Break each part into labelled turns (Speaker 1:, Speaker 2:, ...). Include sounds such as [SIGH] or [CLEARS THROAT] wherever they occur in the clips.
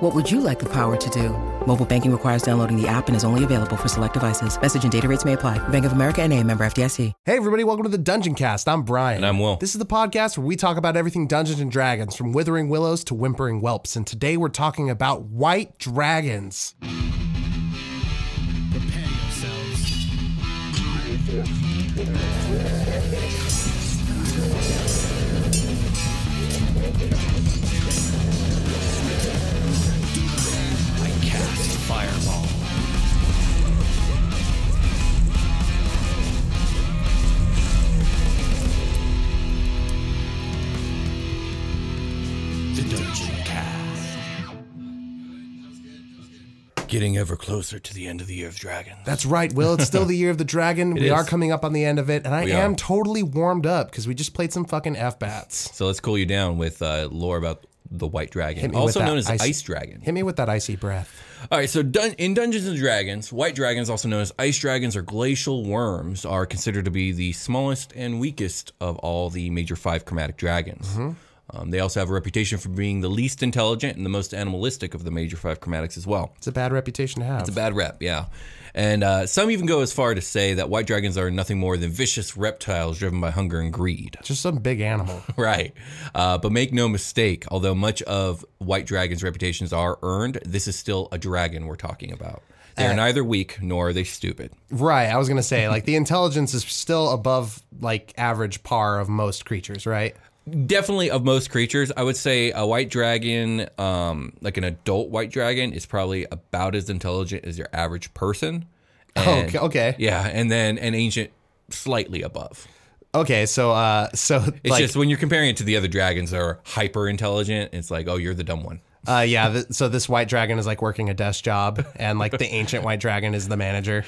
Speaker 1: What would you like the power to do? Mobile banking requires downloading the app and is only available for select devices. Message and data rates may apply. Bank of America and a member FDIC.
Speaker 2: Hey everybody, welcome to the Dungeon Cast. I'm Brian.
Speaker 3: And I'm Will.
Speaker 2: This is the podcast where we talk about everything Dungeons and Dragons, from withering willows to whimpering whelps. And today we're talking about white dragons.
Speaker 4: Prepare yourselves. I cast fireball. The Dungeon Cast.
Speaker 3: Getting ever closer to the end of the year of dragon.
Speaker 2: That's right, Will. It's still the year of
Speaker 3: [LAUGHS]
Speaker 2: the dragon. we
Speaker 3: is.
Speaker 2: are coming up on the end of it, and I
Speaker 3: We
Speaker 2: am
Speaker 3: are.
Speaker 2: totally warmed up because we just played some fucking F bats.
Speaker 3: So let's cool you down with uh, lore about the white
Speaker 2: Hit
Speaker 3: dragon,
Speaker 2: me with
Speaker 3: also
Speaker 2: that
Speaker 3: known as
Speaker 2: ice-
Speaker 3: ice, dragon.
Speaker 2: Hit me with that icy breath.
Speaker 3: All right, so dun- in Dungeons and Dragons, white dragons, also known as ice dragons or glacial worms, are considered to be the smallest and weakest of all the major five chromatic dragons.
Speaker 2: Mm-hmm.
Speaker 3: Um, they also have a reputation for being the least intelligent and the most animalistic of the major five chromatics as well.
Speaker 2: It's a bad reputation to have.
Speaker 3: It's a bad rep, yeah. And uh, some even go as far to say that white dragons are nothing more than vicious reptiles driven by hunger and greed. [LAUGHS]
Speaker 2: just some big animal.
Speaker 3: Right. Uh, but make no mistake, although much of White Dragon's reputations are earned, this is still a dragon we're talking about.
Speaker 2: Uh,
Speaker 3: They're neither weak nor are they stupid.
Speaker 2: right. I was gonna say like the intelligence is still above like average par of most creatures. Right.
Speaker 3: Definitely of most creatures, I would say a white dragon, um, like an adult white dragon, is probably about as intelligent as your average person. And-
Speaker 2: [LAUGHS] okay. Okay.
Speaker 3: Yeah, and then an ancient slightly above.
Speaker 2: Okay. So uh. So
Speaker 3: It's
Speaker 2: like,
Speaker 3: just when you're comparing it to the other dragons that are hyper intelligent, it's like, oh, you're the dumb one. [LAUGHS]
Speaker 2: Uh, yeah. Th- so this white dragon is like working a desk job, and like the ancient white dragon is the manager.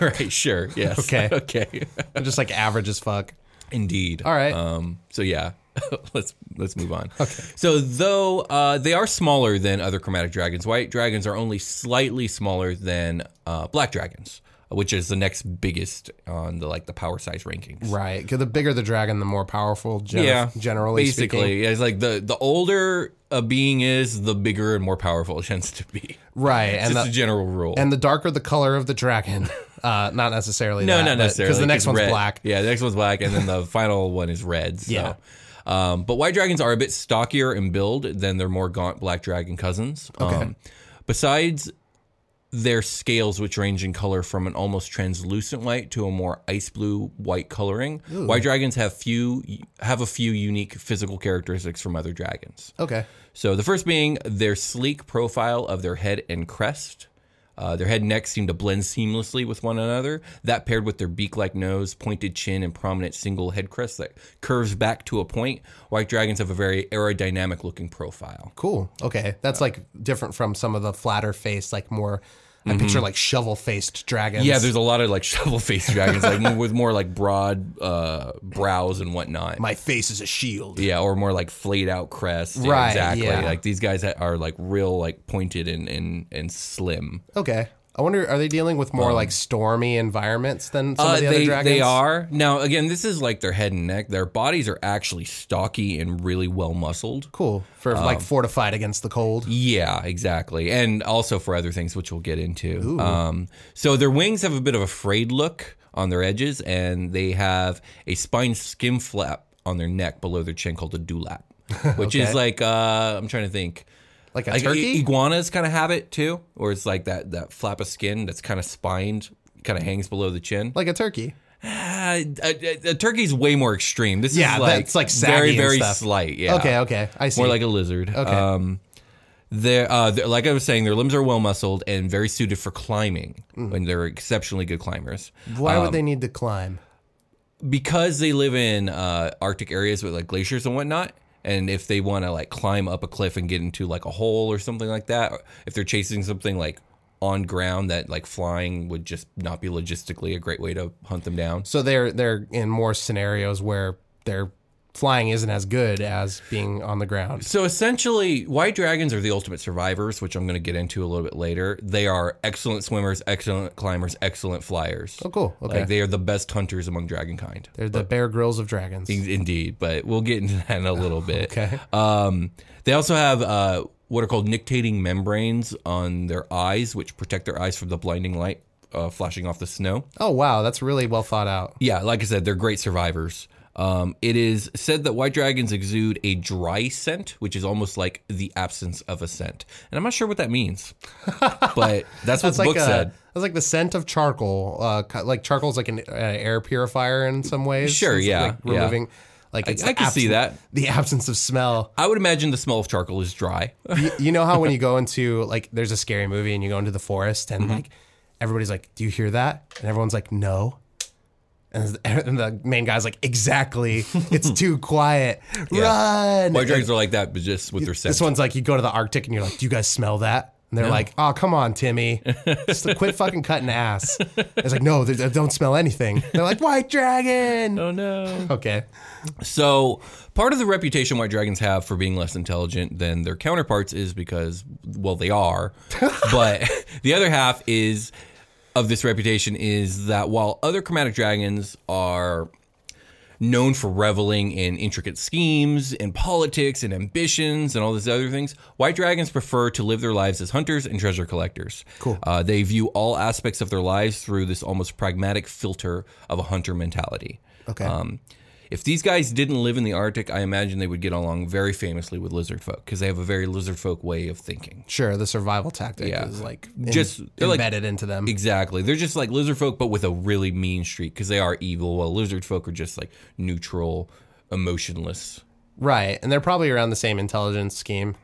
Speaker 3: right, sure. Yes.
Speaker 2: [LAUGHS] Okay.
Speaker 3: [LAUGHS] Okay.
Speaker 2: Just like average as fuck.
Speaker 3: Indeed.
Speaker 2: All right.
Speaker 3: Um, so yeah, [LAUGHS] let's let's move on. Okay. So though uh, they are smaller than other chromatic dragons, white dragons are only slightly smaller than uh, black dragons, uh, which is the next biggest on the like the power size rankings.
Speaker 2: Right. 'Cause the bigger the dragon, the more powerful. Gen- yeah. Generally
Speaker 3: basically,
Speaker 2: speaking.
Speaker 3: yeah, it's like the the older a being is, the bigger and more powerful it tends to be.
Speaker 2: Right.
Speaker 3: It's
Speaker 2: And
Speaker 3: just
Speaker 2: the,
Speaker 3: a general rule.
Speaker 2: and the darker the color of the dragon, [LAUGHS] uh, not necessarily.
Speaker 3: No,
Speaker 2: that,
Speaker 3: not necessarily.
Speaker 2: Because the next
Speaker 3: it's
Speaker 2: one's
Speaker 3: red.
Speaker 2: black.
Speaker 3: Yeah, the next one's black, and then the [LAUGHS] final one is red. So.
Speaker 2: Yeah.
Speaker 3: Um, but white dragons are a bit stockier in build than their more gaunt black dragon cousins. Okay. Um, besides their scales, which range in color from an almost translucent white to a more ice blue white coloring, white dragons have few have a few unique physical characteristics from other dragons.
Speaker 2: Okay.
Speaker 3: So the first being their sleek profile of their head and crest. Uh, their head and neck seem to blend seamlessly with one another. That paired with their beak like nose, pointed chin, and prominent single head crest that curves back to a point, white dragons have a very aerodynamic looking profile.
Speaker 2: Cool. Okay. That's like different from some of the flatter faced, like more. I picture like shovel faced dragons.
Speaker 3: Mm-hmm. Yeah, there's a lot of like [LAUGHS] shovel faced dragons, like more- with more like broad uh, brows and whatnot.
Speaker 2: my face is a shield.
Speaker 3: Yeah, or more like flayed out crest. Yeah,
Speaker 2: Right,
Speaker 3: exactly.
Speaker 2: yeah.
Speaker 3: Like these guys that are like real, like pointed and and and slim.
Speaker 2: Okay. I wonder, are they dealing with more like stormy environments than some
Speaker 3: Um, Uh,
Speaker 2: of the other
Speaker 3: they,
Speaker 2: dragons?
Speaker 3: they are. Now, again, this is like their head and neck. Their bodies are actually stocky and really well muscled.
Speaker 2: cool for
Speaker 3: Um,
Speaker 2: like fortified against the cold.
Speaker 3: Yeah, exactly. And also for other things, which we'll get into. Um, so their wings have a bit of a frayed look on their edges, and they have a spine skin flap on their neck below their chin called a
Speaker 2: [LAUGHS]
Speaker 3: dewlap, which is like, uh, I'm trying to think.
Speaker 2: Like a
Speaker 3: Like e,
Speaker 2: turkey?
Speaker 3: i- iguanas kind of have it too, or it's like that, that flap of skin that's kind of spined, kind of hangs below the chin.
Speaker 2: like a turkey.
Speaker 3: Uh, a, a- a turkey's way more extreme. This
Speaker 2: Yeah,
Speaker 3: is like,
Speaker 2: that's, like, saggy
Speaker 3: very,
Speaker 2: and
Speaker 3: very
Speaker 2: stuff.
Speaker 3: slight. Yeah.
Speaker 2: Okay, okay. I see.
Speaker 3: More like a lizard. Okay. Um, they're, uh, they're- like I was saying, their limbs are well muscled and very suited for climbing,
Speaker 2: Mm.
Speaker 3: and they're exceptionally good climbers.
Speaker 2: Why
Speaker 3: um,
Speaker 2: would they need to climb?
Speaker 3: Because they live in uh, Arctic areas with like glaciers and whatnot, and if they want to like climb up a cliff and get into like a hole or something like that, or if they're chasing something like on ground that like flying would just not be logistically a great way to hunt them down.
Speaker 2: So they're they're in more scenarios where their flying isn't as good as being on the ground.
Speaker 3: So essentially, white dragons are the ultimate survivors, which I'm going to get into a little bit later. They are excellent swimmers, excellent climbers, excellent flyers.
Speaker 2: Oh, cool. Okay.
Speaker 3: Like they are the best hunters among dragonkind.
Speaker 2: They're the bear grills of dragons.
Speaker 3: Indeed, but we'll get into that in a
Speaker 2: [LAUGHS]
Speaker 3: little bit. [LAUGHS]
Speaker 2: Okay.
Speaker 3: Um, they also have uh, what are called nictating membranes on their eyes, which protect their eyes from the blinding light uh, flashing off the snow.
Speaker 2: Oh wow, that's really well thought out.
Speaker 3: Yeah, like I said, they're great survivors. Um, it is said that white dragons exude a dry scent, which is almost like the absence of a scent. And I'm not sure what that
Speaker 2: [LAUGHS]
Speaker 3: means, but that's what
Speaker 2: That's
Speaker 3: the
Speaker 2: like
Speaker 3: book
Speaker 2: a,
Speaker 3: said.
Speaker 2: That's like the scent of charcoal. Uh, ki- like charcoal's like an uh, air purifier in some ways.
Speaker 3: Sure,
Speaker 2: It's
Speaker 3: yeah,
Speaker 2: Like
Speaker 3: yeah.
Speaker 2: removing, like it's
Speaker 3: I can see that.
Speaker 2: The absence of smell.
Speaker 3: I would imagine the smell of charcoal is dry.
Speaker 2: you, you know how
Speaker 3: [LAUGHS]
Speaker 2: when you go into like there's a scary movie and you go into the forest
Speaker 3: Mm-hmm.
Speaker 2: and like everybody's like, "Do you hear that?" And everyone's like, "No." And [LAUGHS] th- and the main guy's like, "Exactly.
Speaker 3: [LAUGHS]
Speaker 2: It's too quiet. Run."
Speaker 3: White
Speaker 2: And
Speaker 3: dragons are like that, but just with their scent.
Speaker 2: this one's like, you go to the Arctic and you're like, "Do you guys smell that?" And they're like, "Oh, come on, Timmy.
Speaker 3: [LAUGHS]
Speaker 2: Just quit fucking cutting ass." It's like, "No, they- I don't smell anything." They're like, "White dragon."
Speaker 3: Oh no.
Speaker 2: Okay.
Speaker 3: So, part of the reputation white dragons have for being less intelligent than their counterparts is because, well, they are. but [LAUGHS] the other half is of this reputation is that while other chromatic dragons are known for reveling in intricate schemes and politics and ambitions and all these other things, white dragons prefer to live their lives as hunters and treasure collectors. Cool. Uh, they view all aspects of their lives through this almost pragmatic filter of a hunter mentality.
Speaker 2: Okay.
Speaker 3: Um, if these guys didn't live in the Arctic, I imagine they would get along very famously with lizard folk because they have a very lizard folk way of thinking.
Speaker 2: Sure, the survival tactic
Speaker 3: Yeah.
Speaker 2: is like in-
Speaker 3: Just- they're like-
Speaker 2: embedded into them.
Speaker 3: Exactly. They're just like lizard folk, but with a really mean streak because they are evil, while lizard folk are just like neutral, emotionless.
Speaker 2: Right, and they're probably around the same intelligence scheme.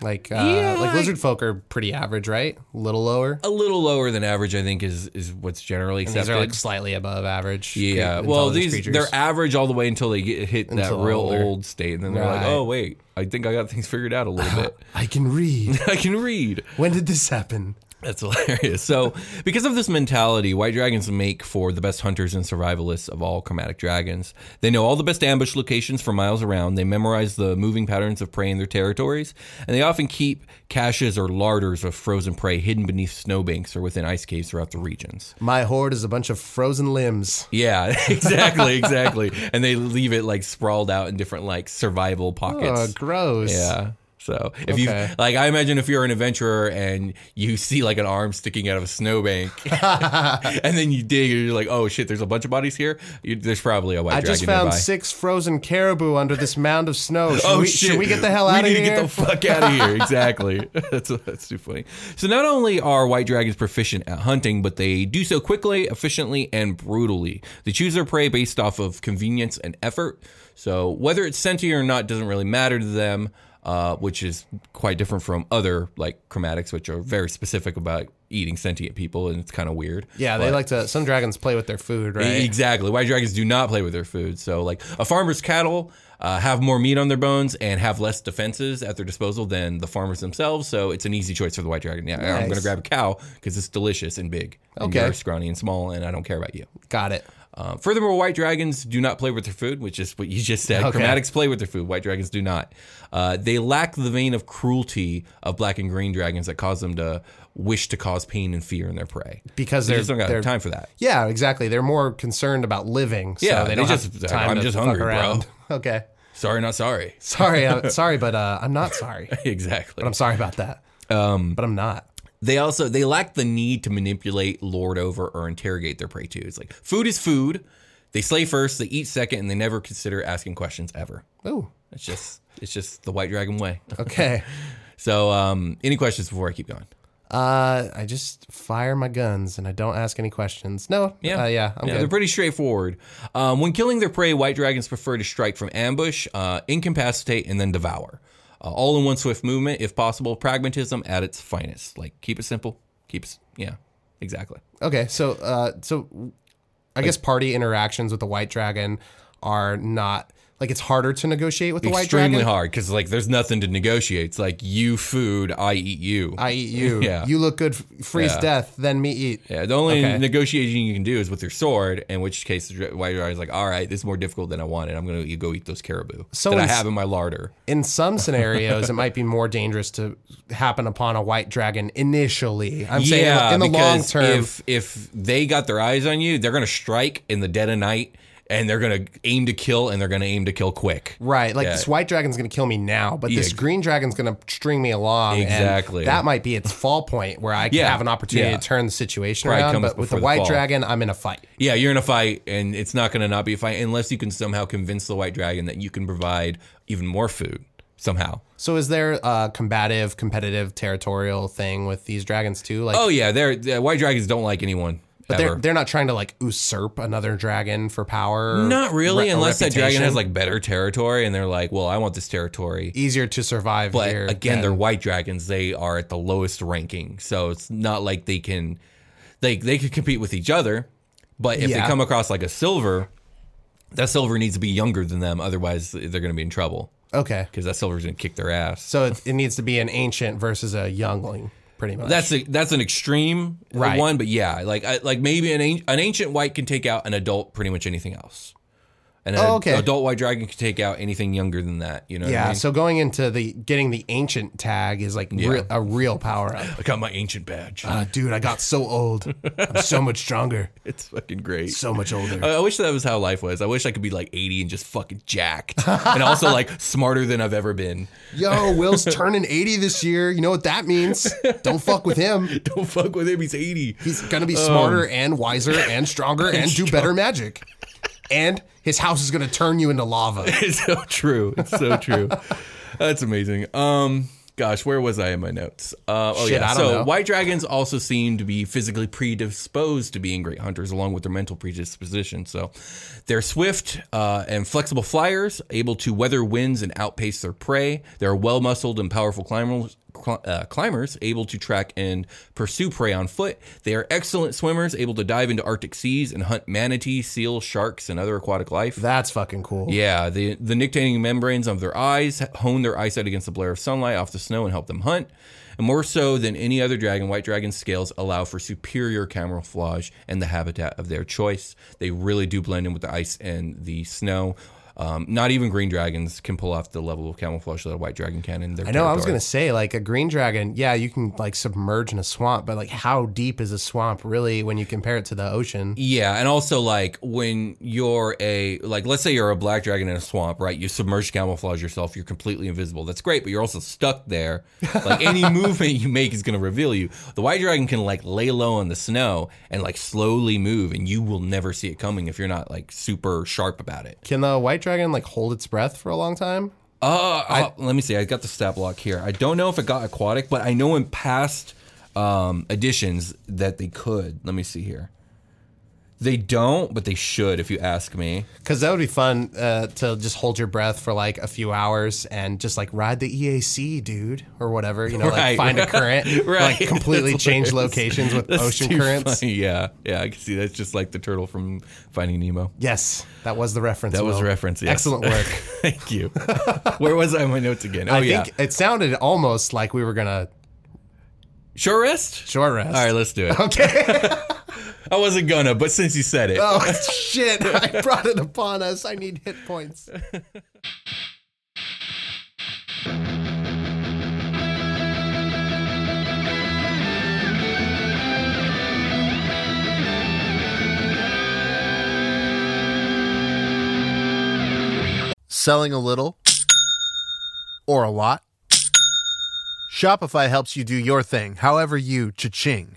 Speaker 2: Like, uh, like lizard folk are pretty average, right? A little lower.
Speaker 3: A little lower than average, I think, is is what's generally
Speaker 2: These
Speaker 3: accepted.
Speaker 2: are like slightly above average.
Speaker 3: yeah.
Speaker 2: cre-
Speaker 3: Well,
Speaker 2: intelligence
Speaker 3: these
Speaker 2: creatures.
Speaker 3: they're average all the way until they get hit that
Speaker 2: Until
Speaker 3: real
Speaker 2: older.
Speaker 3: old state, and then they're like,
Speaker 2: Right.
Speaker 3: oh wait, I think I got things figured out a
Speaker 2: [LAUGHS]
Speaker 3: little bit. [LAUGHS]
Speaker 2: I can read. [LAUGHS]
Speaker 3: I can read.
Speaker 2: when did this happen?
Speaker 3: That's hilarious. So, because of this mentality, white dragons make for the best hunters and survivalists of all chromatic dragons. They know all the best ambush locations for miles around. They memorize the moving patterns of prey in their territories, and they often keep caches or larders of frozen prey hidden beneath snowbanks or within ice caves throughout the regions.
Speaker 2: My horde is a bunch of frozen limbs.
Speaker 3: Yeah, [LAUGHS] exactly, exactly. and they leave it like sprawled out in different like survival pockets.
Speaker 2: Oh, gross.
Speaker 3: Yeah. So if you
Speaker 2: Okay.
Speaker 3: like, I imagine if you're an adventurer and you [LAUGHS] see like an arm sticking out of a
Speaker 2: [LAUGHS]
Speaker 3: snowbank, [LAUGHS] and then you dig and you're like, oh shit, there's a bunch of bodies here. You, there's probably a white
Speaker 2: I
Speaker 3: dragon
Speaker 2: just found
Speaker 3: nearby.
Speaker 2: six frozen caribou under this mound of snow. Should,
Speaker 3: Oh
Speaker 2: we,
Speaker 3: shit!
Speaker 2: should we get the hell out
Speaker 3: we
Speaker 2: of
Speaker 3: need
Speaker 2: here?
Speaker 3: to get the fuck out of
Speaker 2: [LAUGHS]
Speaker 3: here. Exactly. [LAUGHS] that's that's too funny. So not only are white dragons proficient at hunting, but they do so quickly, efficiently, and brutally. They choose their prey based off of convenience and effort. So whether it's sentient or not doesn't really matter to them. Uh, which is quite different from other like chromatics, which are very specific about eating sentient people, and it's kind of weird.
Speaker 2: yeah, they like to. Some dragons play with their food, right?
Speaker 3: Exactly. White dragons do not play with their food. So, like a farmer's cattle uh, have more meat on their bones and have less defenses at their disposal than the farmers themselves. So, it's an easy choice for the white dragon. Yeah, I'm
Speaker 2: Nice.
Speaker 3: going to grab a cow because it's delicious and big. And
Speaker 2: Okay.
Speaker 3: You're scrawny and small, and I don't care about you.
Speaker 2: Got it.
Speaker 3: Uh, furthermore, white dragons do not play with their food, which is what you just said. Chromatics play with their food. White dragons do not. Uh, they lack the vein of cruelty of black and green dragons that cause them to wish to cause pain and fear in their prey.
Speaker 2: because
Speaker 3: They
Speaker 2: they're,
Speaker 3: just don't
Speaker 2: they're
Speaker 3: got time for that.
Speaker 2: Yeah, exactly. They're more concerned about living. So
Speaker 3: Yeah,
Speaker 2: they
Speaker 3: they
Speaker 2: don't
Speaker 3: just-
Speaker 2: have time
Speaker 3: I'm
Speaker 2: to
Speaker 3: just
Speaker 2: fuck
Speaker 3: hungry, bro.
Speaker 2: around. [LAUGHS] Okay,
Speaker 3: Sorry, not sorry. [LAUGHS]
Speaker 2: sorry, i sorry, but uh, I'm not sorry. [LAUGHS]
Speaker 3: exactly.
Speaker 2: But I'm sorry about that. Um, but I'm not.
Speaker 3: they also they lack the need to manipulate, lord over, or interrogate their prey too. It's like food is food. They slay first, they eat second, and they never consider asking questions ever.
Speaker 2: Oh,
Speaker 3: It's just it's just the white dragon way.
Speaker 2: [LAUGHS]
Speaker 3: [LAUGHS]
Speaker 2: okay.
Speaker 3: So, um, any questions before I keep going?
Speaker 2: Uh, I just fire my guns and I don't ask any questions. No.
Speaker 3: Yeah,
Speaker 2: Uh, yeah. I'm
Speaker 3: They're
Speaker 2: good.
Speaker 3: pretty straightforward. Um, when killing their prey, white dragons prefer to strike from ambush, uh, incapacitate, and then devour, uh, all in one swift movement, if possible. Pragmatism at its finest. Like keep it simple. Keep it, yeah, exactly.
Speaker 2: Okay. So, uh, so I guess party interactions with the white dragon are not like it's harder to negotiate with the white dragon.
Speaker 3: Extremely hard because like there's nothing to negotiate. It's like you food, I eat you.
Speaker 2: I eat you.
Speaker 3: [LAUGHS] Yeah.
Speaker 2: You look good. f- Freeze
Speaker 3: Yeah.
Speaker 2: death. Then me eat.
Speaker 3: Yeah, the only
Speaker 2: Okay.
Speaker 3: negotiation you can do is with your sword, in which case the dra- white dragon's like, "All right, this is more difficult than I wanted. I'm gonna go eat those caribou
Speaker 2: So
Speaker 3: that I
Speaker 2: it's-
Speaker 3: have in my larder."
Speaker 2: in some scenarios, it might be more dangerous to happen upon a white dragon initially. I'm saying in the long
Speaker 3: because
Speaker 2: term.
Speaker 3: if if they got their eyes on you, they're gonna strike in the dead of night, and they're gonna aim to kill, and they're gonna aim to kill quick.
Speaker 2: Right, like
Speaker 3: Yeah.
Speaker 2: this white dragon's gonna kill me now, but this
Speaker 3: Yeah.
Speaker 2: green dragon's gonna string me along. and
Speaker 3: Exactly.
Speaker 2: that might be its fall point where I can
Speaker 3: Yeah,
Speaker 2: have an opportunity
Speaker 3: yeah.
Speaker 2: to turn the situation
Speaker 3: Pride
Speaker 2: around.
Speaker 3: comes
Speaker 2: But with the
Speaker 3: before the
Speaker 2: white
Speaker 3: fall.
Speaker 2: dragon, I'm in a fight.
Speaker 3: Yeah, you're in a fight, and it's not gonna not be a fight unless you can somehow convince the white dragon that you can provide even more food somehow.
Speaker 2: So is there a combative, competitive, territorial thing with these dragons too? Like,
Speaker 3: Oh yeah, they're, the white dragons don't like anyone.
Speaker 2: but
Speaker 3: ever.
Speaker 2: they're they're not trying to like usurp another dragon for power. or
Speaker 3: Not really,
Speaker 2: re- or
Speaker 3: unless that dragon
Speaker 2: reputation?
Speaker 3: has like better territory, and they're like, "Well, I want this territory."
Speaker 2: easier to survive.
Speaker 3: But
Speaker 2: here
Speaker 3: again,
Speaker 2: than-
Speaker 3: they're white dragons; they are at the lowest ranking, so it's not like they can, they they could compete with each other. But if
Speaker 2: Yeah.
Speaker 3: they come across like a silver, that silver needs to be younger than them, otherwise they're going to be in trouble
Speaker 2: okay.
Speaker 3: because that silver's going to kick their ass.
Speaker 2: So it, it needs to be an ancient versus a youngling, pretty much.
Speaker 3: That's a, that's an extreme uh,
Speaker 2: Right.
Speaker 3: one, but yeah, like I, like maybe an an, an ancient white can take out an adult pretty much anything else. And an
Speaker 2: Oh, okay.
Speaker 3: adult white dragon can take out anything younger than that. You know, what I
Speaker 2: yeah.
Speaker 3: mean?
Speaker 2: So going into the getting the ancient tag is like re- a real power up.
Speaker 3: I got my ancient badge.
Speaker 2: Uh, dude, I got so old. I'm so much stronger.
Speaker 3: [LAUGHS] it's fucking great.
Speaker 2: So much older.
Speaker 3: I I wish that was how life was. I wish I could be like 80 and just fucking
Speaker 2: [LAUGHS]
Speaker 3: jacked, and also like smarter than I've ever been. [LAUGHS]
Speaker 2: Yo, Will's turning 80 this year. You know what that means? Don't fuck with him.
Speaker 3: Don't fuck with him. He's 80.
Speaker 2: He's gonna be smarter and wiser and stronger and, do better magic. And his house is gonna turn you into lava.
Speaker 3: [LAUGHS] It's so true. It's so true. That's amazing. Um, gosh, where was I in my notes? Uh, oh
Speaker 2: Shit,
Speaker 3: yeah.
Speaker 2: I don't
Speaker 3: so
Speaker 2: know.
Speaker 3: white dragons also seem to be physically predisposed to being great hunters, along with their mental predisposition. So they're swift uh, and flexible flyers, able to weather winds and outpace their prey. They're well muscled and powerful climbers. cl- Uh, climbers able to track and pursue prey on foot. They are excellent swimmers, able to dive into Arctic seas and hunt manatees, seals, sharks, and other aquatic life.
Speaker 2: That's fucking cool.
Speaker 3: Yeah, the the nictitating membranes of their eyes hone their eyesight against the blare of sunlight off the snow and help them hunt. And more so than any other dragon, white dragon scales allow for superior camouflage and the habitat of their choice. They really do blend in with the ice and the snow. Um, not even green dragons can pull off the level of camouflage that a white dragon can in their.
Speaker 2: I know. I was gonna say like a green dragon. Yeah, you can like submerge in a swamp, but like how deep is a swamp really when you compare it to the ocean?
Speaker 3: Yeah, and also like when you're a like let's say you're a black dragon in a swamp, right? You submerge camouflage yourself, you're completely invisible. That's great, but you're also stuck there. Like any movement you make is going to reveal you. The white dragon can like lay low in the snow and like slowly move and you will never see it coming if you're not like super sharp about it.
Speaker 2: Can the white dragon like hold its breath for a long time?
Speaker 3: Uh, oh, let me see. I got the stat block here. I don't know if it got aquatic, but I know in past um, editions that they could. Let me see here. They don't, but they should if you ask me.
Speaker 2: Because that would be fun uh, to just hold your breath for like a few hours and just like ride the EAC, dude, or whatever. You know, like
Speaker 3: Right.
Speaker 2: find
Speaker 3: [LAUGHS]
Speaker 2: a current,
Speaker 3: Right.
Speaker 2: like completely
Speaker 3: That's
Speaker 2: change
Speaker 3: hilarious.
Speaker 2: locations with
Speaker 3: That's
Speaker 2: ocean
Speaker 3: too
Speaker 2: currents.
Speaker 3: funny. Yeah, yeah, I can see that's just like the turtle from Finding Nemo. [LAUGHS]
Speaker 2: Yes, that was the reference.
Speaker 3: That was
Speaker 2: Will.
Speaker 3: a reference. Yes.
Speaker 2: Excellent work.
Speaker 3: Thank you. Where was I in my notes again? [LAUGHS] Oh
Speaker 2: I
Speaker 3: yeah,
Speaker 2: think it sounded almost like we were gonna
Speaker 3: short rest.
Speaker 2: short rest. [LAUGHS]
Speaker 3: All right, let's do it.
Speaker 2: Okay.
Speaker 3: I wasn't gonna, but since you said it,
Speaker 2: [LAUGHS] Oh shit! I brought it upon us. I need hit points.
Speaker 5: selling a little or a lot? Shopify helps you do your thing, however you cha-ching.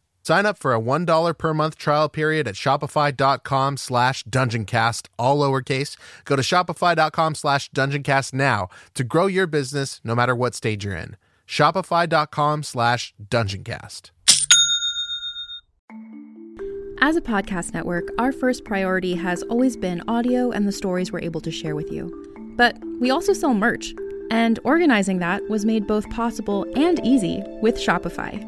Speaker 5: Sign up for a $1 per month trial period at shopify.com slash dungeoncast, all lowercase. Go to shopify.com slash dungeoncast now to grow your business no matter what stage you're in. Shopify.com slash dungeoncast.
Speaker 6: As a podcast network, our first priority has always been audio and the stories we're able to share with you. But we also sell merch, and organizing that was made both possible and easy with Shopify.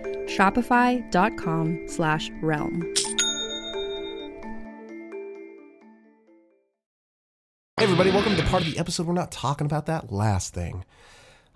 Speaker 6: Shopify.com slash realm.
Speaker 2: Hey everybody, welcome to the part of the episode we're not talking about that last thing.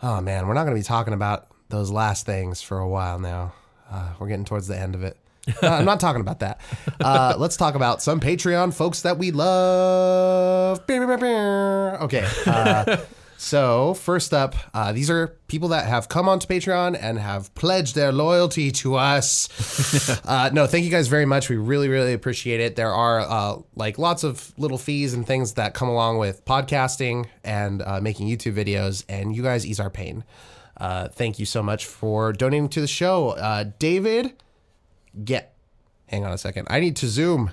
Speaker 2: Oh man, we're not going to be talking about those last things for a while now. Uh, we're getting towards the end of it. No, I'm not talking about that. Uh, [LAUGHS] let's talk about some Patreon folks that we love. Beer, beer, beer, beer. Okay. Uh, so, first up, uh, these are people that have come onto Patreon and have pledged their loyalty to us. uh, no, thank you guys very much. We really, really appreciate it. There are uh, like lots of little fees and things that come along with podcasting and uh, making YouTube videos, and you guys ease our pain. Uh, thank you so much for donating to the show. Uh, David, get. Hang on a second. I need to zoom.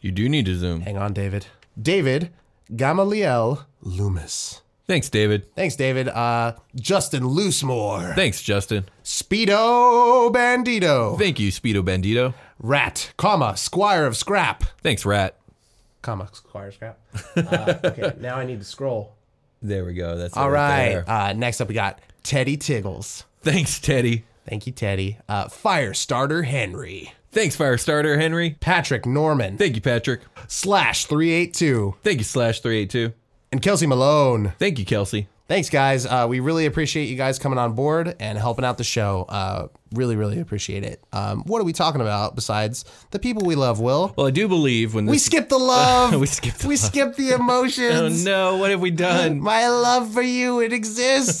Speaker 3: you do need to zoom.
Speaker 2: Hang on, David. David Gamaliel Loomis.
Speaker 3: Thanks, David.
Speaker 2: Thanks, David. Uh, Justin Loosemore.
Speaker 3: Thanks, Justin.
Speaker 2: Speedo Bandito.
Speaker 3: Thank you, Speedo Bandito.
Speaker 2: Rat, comma, Squire of Scrap.
Speaker 3: Thanks, Rat.
Speaker 2: Comma, Squire of Scrap. Uh, okay, [LAUGHS] now I need to scroll.
Speaker 3: There we go. That's it
Speaker 2: All right.
Speaker 3: there.
Speaker 2: Uh, next up, we got Teddy Tiggles.
Speaker 3: Thanks, Teddy.
Speaker 2: Thank you, Teddy. Uh, Firestarter Henry.
Speaker 3: Thanks, Firestarter Henry.
Speaker 2: Patrick Norman.
Speaker 3: Thank you, Patrick.
Speaker 2: Slash 382.
Speaker 3: Thank you, Slash382.
Speaker 2: And Kelsey Malone.
Speaker 3: Thank you, Kelsey.
Speaker 2: Thanks, guys. Uh, we really appreciate you guys coming on board and helping out the show. Uh, really, really appreciate it. Um, what are we talking about besides the people we love, Will?
Speaker 3: Well, I do believe when this
Speaker 2: We skipped the love.
Speaker 3: [LAUGHS] We skipped the
Speaker 2: we
Speaker 3: love.
Speaker 2: skipped the
Speaker 3: [LAUGHS]
Speaker 2: emotions.
Speaker 3: Oh no, what have we done?
Speaker 2: My love for you, it exists.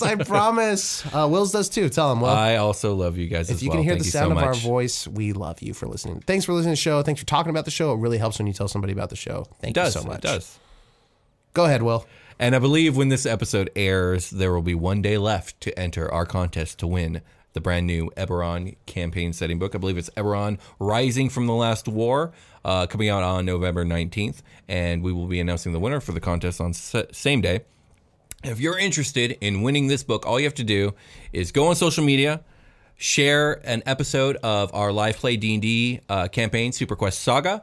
Speaker 3: [LAUGHS]
Speaker 2: I promise. Uh, Will's does too. Tell him, Will.
Speaker 3: I also love you guys
Speaker 2: if
Speaker 3: as
Speaker 2: you
Speaker 3: well.
Speaker 2: can hear
Speaker 3: Thank
Speaker 2: the
Speaker 3: you
Speaker 2: sound
Speaker 3: so
Speaker 2: of our
Speaker 3: much.
Speaker 2: voice, we love you for listening. Thanks for listening to the show. Thanks for talking about the show. It really helps when you tell somebody about the show.
Speaker 3: It
Speaker 2: Thank
Speaker 3: does.
Speaker 2: you so much.
Speaker 3: It does.
Speaker 2: Go ahead, Will.
Speaker 3: And I believe when this episode airs, there will be one day left to enter our contest to win the brand new Eberron campaign setting book. I believe it's Eberron Rising from the Last War, uh, coming out on November 19th. And we will be announcing the winner for the contest on sa- same day. If you're interested in winning this book, all you have to do is go on social media, share an episode of our live play D&D uh, campaign, Super Quest Saga.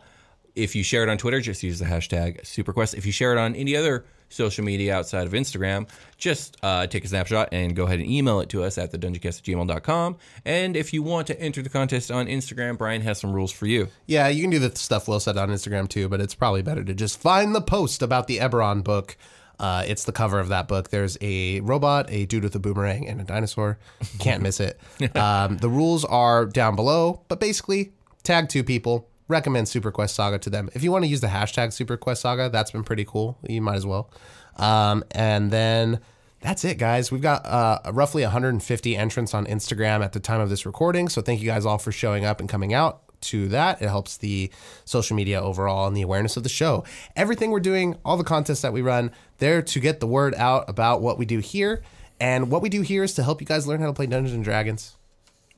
Speaker 3: If you share it on Twitter, just use the hashtag SuperQuest. If you share it on any other social media outside of Instagram, just uh, take a snapshot and go ahead and email it to us at thedungeoncast@gmail.com. And if you want to enter the contest on Instagram, Brian has some rules for you.
Speaker 2: Yeah, you can do the stuff Will said on Instagram too, but it's probably better to just find the post about the Eberron book. Uh, it's the cover of that book. There's a robot, a dude with a boomerang, and a dinosaur. Can't miss it. Um, the rules are down below, but basically, tag two people, recommend Super Quest Saga to them. If you want to use the hashtag Super Quest Saga, that's been pretty cool. You might as well. Um, and then that's it, guys. We've got uh, roughly 150 entrants on Instagram at the time of this recording. So thank you guys all for showing up and coming out to that. It helps the social media overall and the awareness of the show. Everything we're doing, all the contests that we run, there to get the word out about what we do here. And what we do here is to help you guys learn how to play Dungeons and Dragons.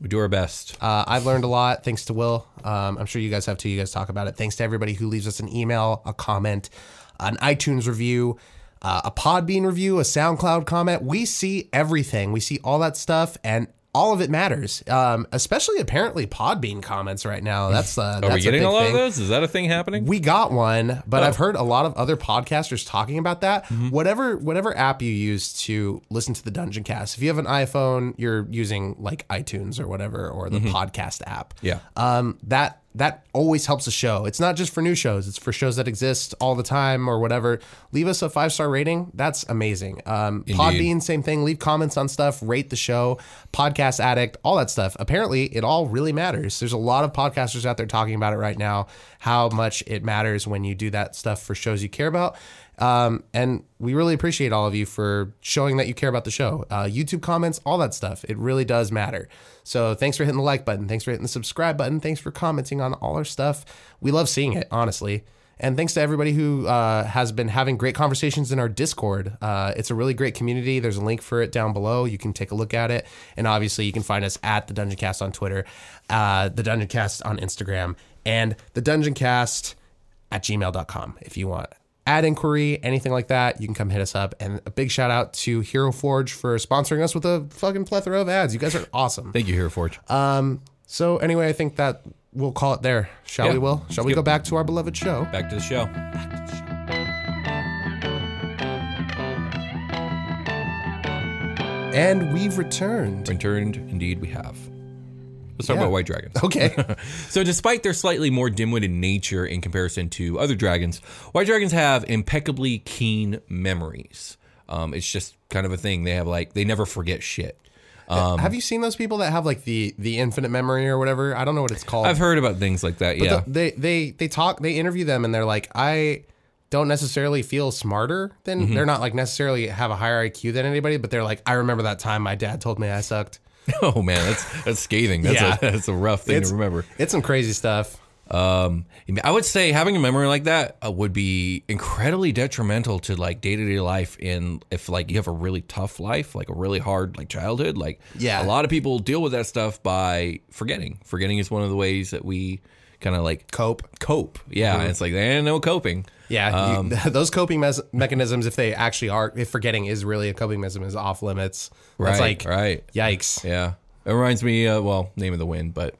Speaker 3: We do our best.
Speaker 2: Uh, I've learned a lot thanks to Will. Um, I'm sure you guys have too. You guys talk about it. Thanks to everybody who leaves us an email, a comment, an iTunes review, uh, a Podbean review, a SoundCloud comment. We see everything. We see all that stuff, and all of it matters. Um, especially apparently Podbean comments right now. That's uh,
Speaker 3: Are
Speaker 2: that's
Speaker 3: we getting
Speaker 2: a,
Speaker 3: a,
Speaker 2: big
Speaker 3: lot
Speaker 2: thing.
Speaker 3: of those? Is that a thing happening?
Speaker 2: We got one, but I've heard a lot of other podcasters talking about that. Whatever whatever app you use to listen to the Dungeon Cast, if you have an iPhone, you're using like iTunes or whatever or the podcast app.
Speaker 3: Yeah.
Speaker 2: Um that that always helps the show. It's not just for new shows, it's for shows that exist all the time or whatever. Leave us a five star rating. That's amazing. Um Podbean, same thing. Leave comments on stuff, rate the show, podcast addict, all that stuff. Apparently, it all really matters. There's a lot of podcasters out there talking about it right now, how much it matters when you do that stuff for shows you care about. Um, and we really appreciate all of you for showing that you care about the show. Uh, YouTube comments, all that stuff. It really does matter. So thanks for hitting the like button. Thanks for hitting the subscribe button. Thanks for commenting on all our stuff. We love seeing it, honestly. And thanks to everybody who uh, has been having great conversations in our Discord. Uh, it's a really great community. There's a link for it down below. You can take a look at it. And obviously, you can find us at the Dungeon Cast on Twitter, uh, the Dungeon Cast on Instagram, and the Dungeon Cast at gmail.com if you want ad inquiry, anything like that, you can come hit us up. And a big shout out to Hero Forge for sponsoring us with a fucking plethora of ads. You guys are awesome.
Speaker 3: Thank you, Hero Forge.
Speaker 2: Uh, So anyway, I think that we'll call it there. Shall
Speaker 3: Yeah.
Speaker 2: we, Will? Shall we
Speaker 3: Let's
Speaker 2: go
Speaker 3: go.
Speaker 2: back to our beloved show?
Speaker 3: Back to the show.
Speaker 2: And
Speaker 3: [LAUGHS]
Speaker 2: we've returned.
Speaker 3: Returned, indeed, we have. Let's talk
Speaker 2: Yeah.
Speaker 3: about white dragons. [LAUGHS]
Speaker 2: Okay.
Speaker 3: So, despite their slightly more dimwitted nature in comparison to other dragons, white dragons have impeccably keen memories. Um, it's just kind of a thing. They have like they never forget shit. Um,
Speaker 2: have you seen those people that have like the the infinite memory or whatever? I don't know what it's called.
Speaker 3: I've heard about things like that.
Speaker 2: But
Speaker 3: yeah, [LAUGHS]
Speaker 2: the- they they they talk they interview them and they're like I don't necessarily feel smarter than
Speaker 3: Mm-hmm.
Speaker 2: they're not like necessarily have a higher IQ than anybody, but they're like I remember that time my dad told me I sucked.
Speaker 3: oh man, that's that's scathing. That's,
Speaker 2: Yeah.
Speaker 3: a, that's a rough thing
Speaker 2: It's-
Speaker 3: to remember.
Speaker 2: It's some crazy stuff.
Speaker 3: Um, I would say having a memory like that uh, would be incredibly detrimental to like day to day life. In if like you have a really tough life, like a really hard like childhood, like
Speaker 2: Yeah.
Speaker 3: a lot of people deal with that stuff by forgetting. Forgetting is one of the ways that we kind of like
Speaker 2: Cope. Mm-hmm.
Speaker 3: cope. Yeah, it's like there ain't no coping. Um,
Speaker 2: Yeah, you- [LAUGHS] those coping mes- mechanisms, if they actually are, if forgetting is really a coping mechanism, is off limits.
Speaker 3: Right,
Speaker 2: That's like,
Speaker 3: right.
Speaker 2: yikes.
Speaker 3: Yeah, it reminds me. Uh, well, name of the wind, but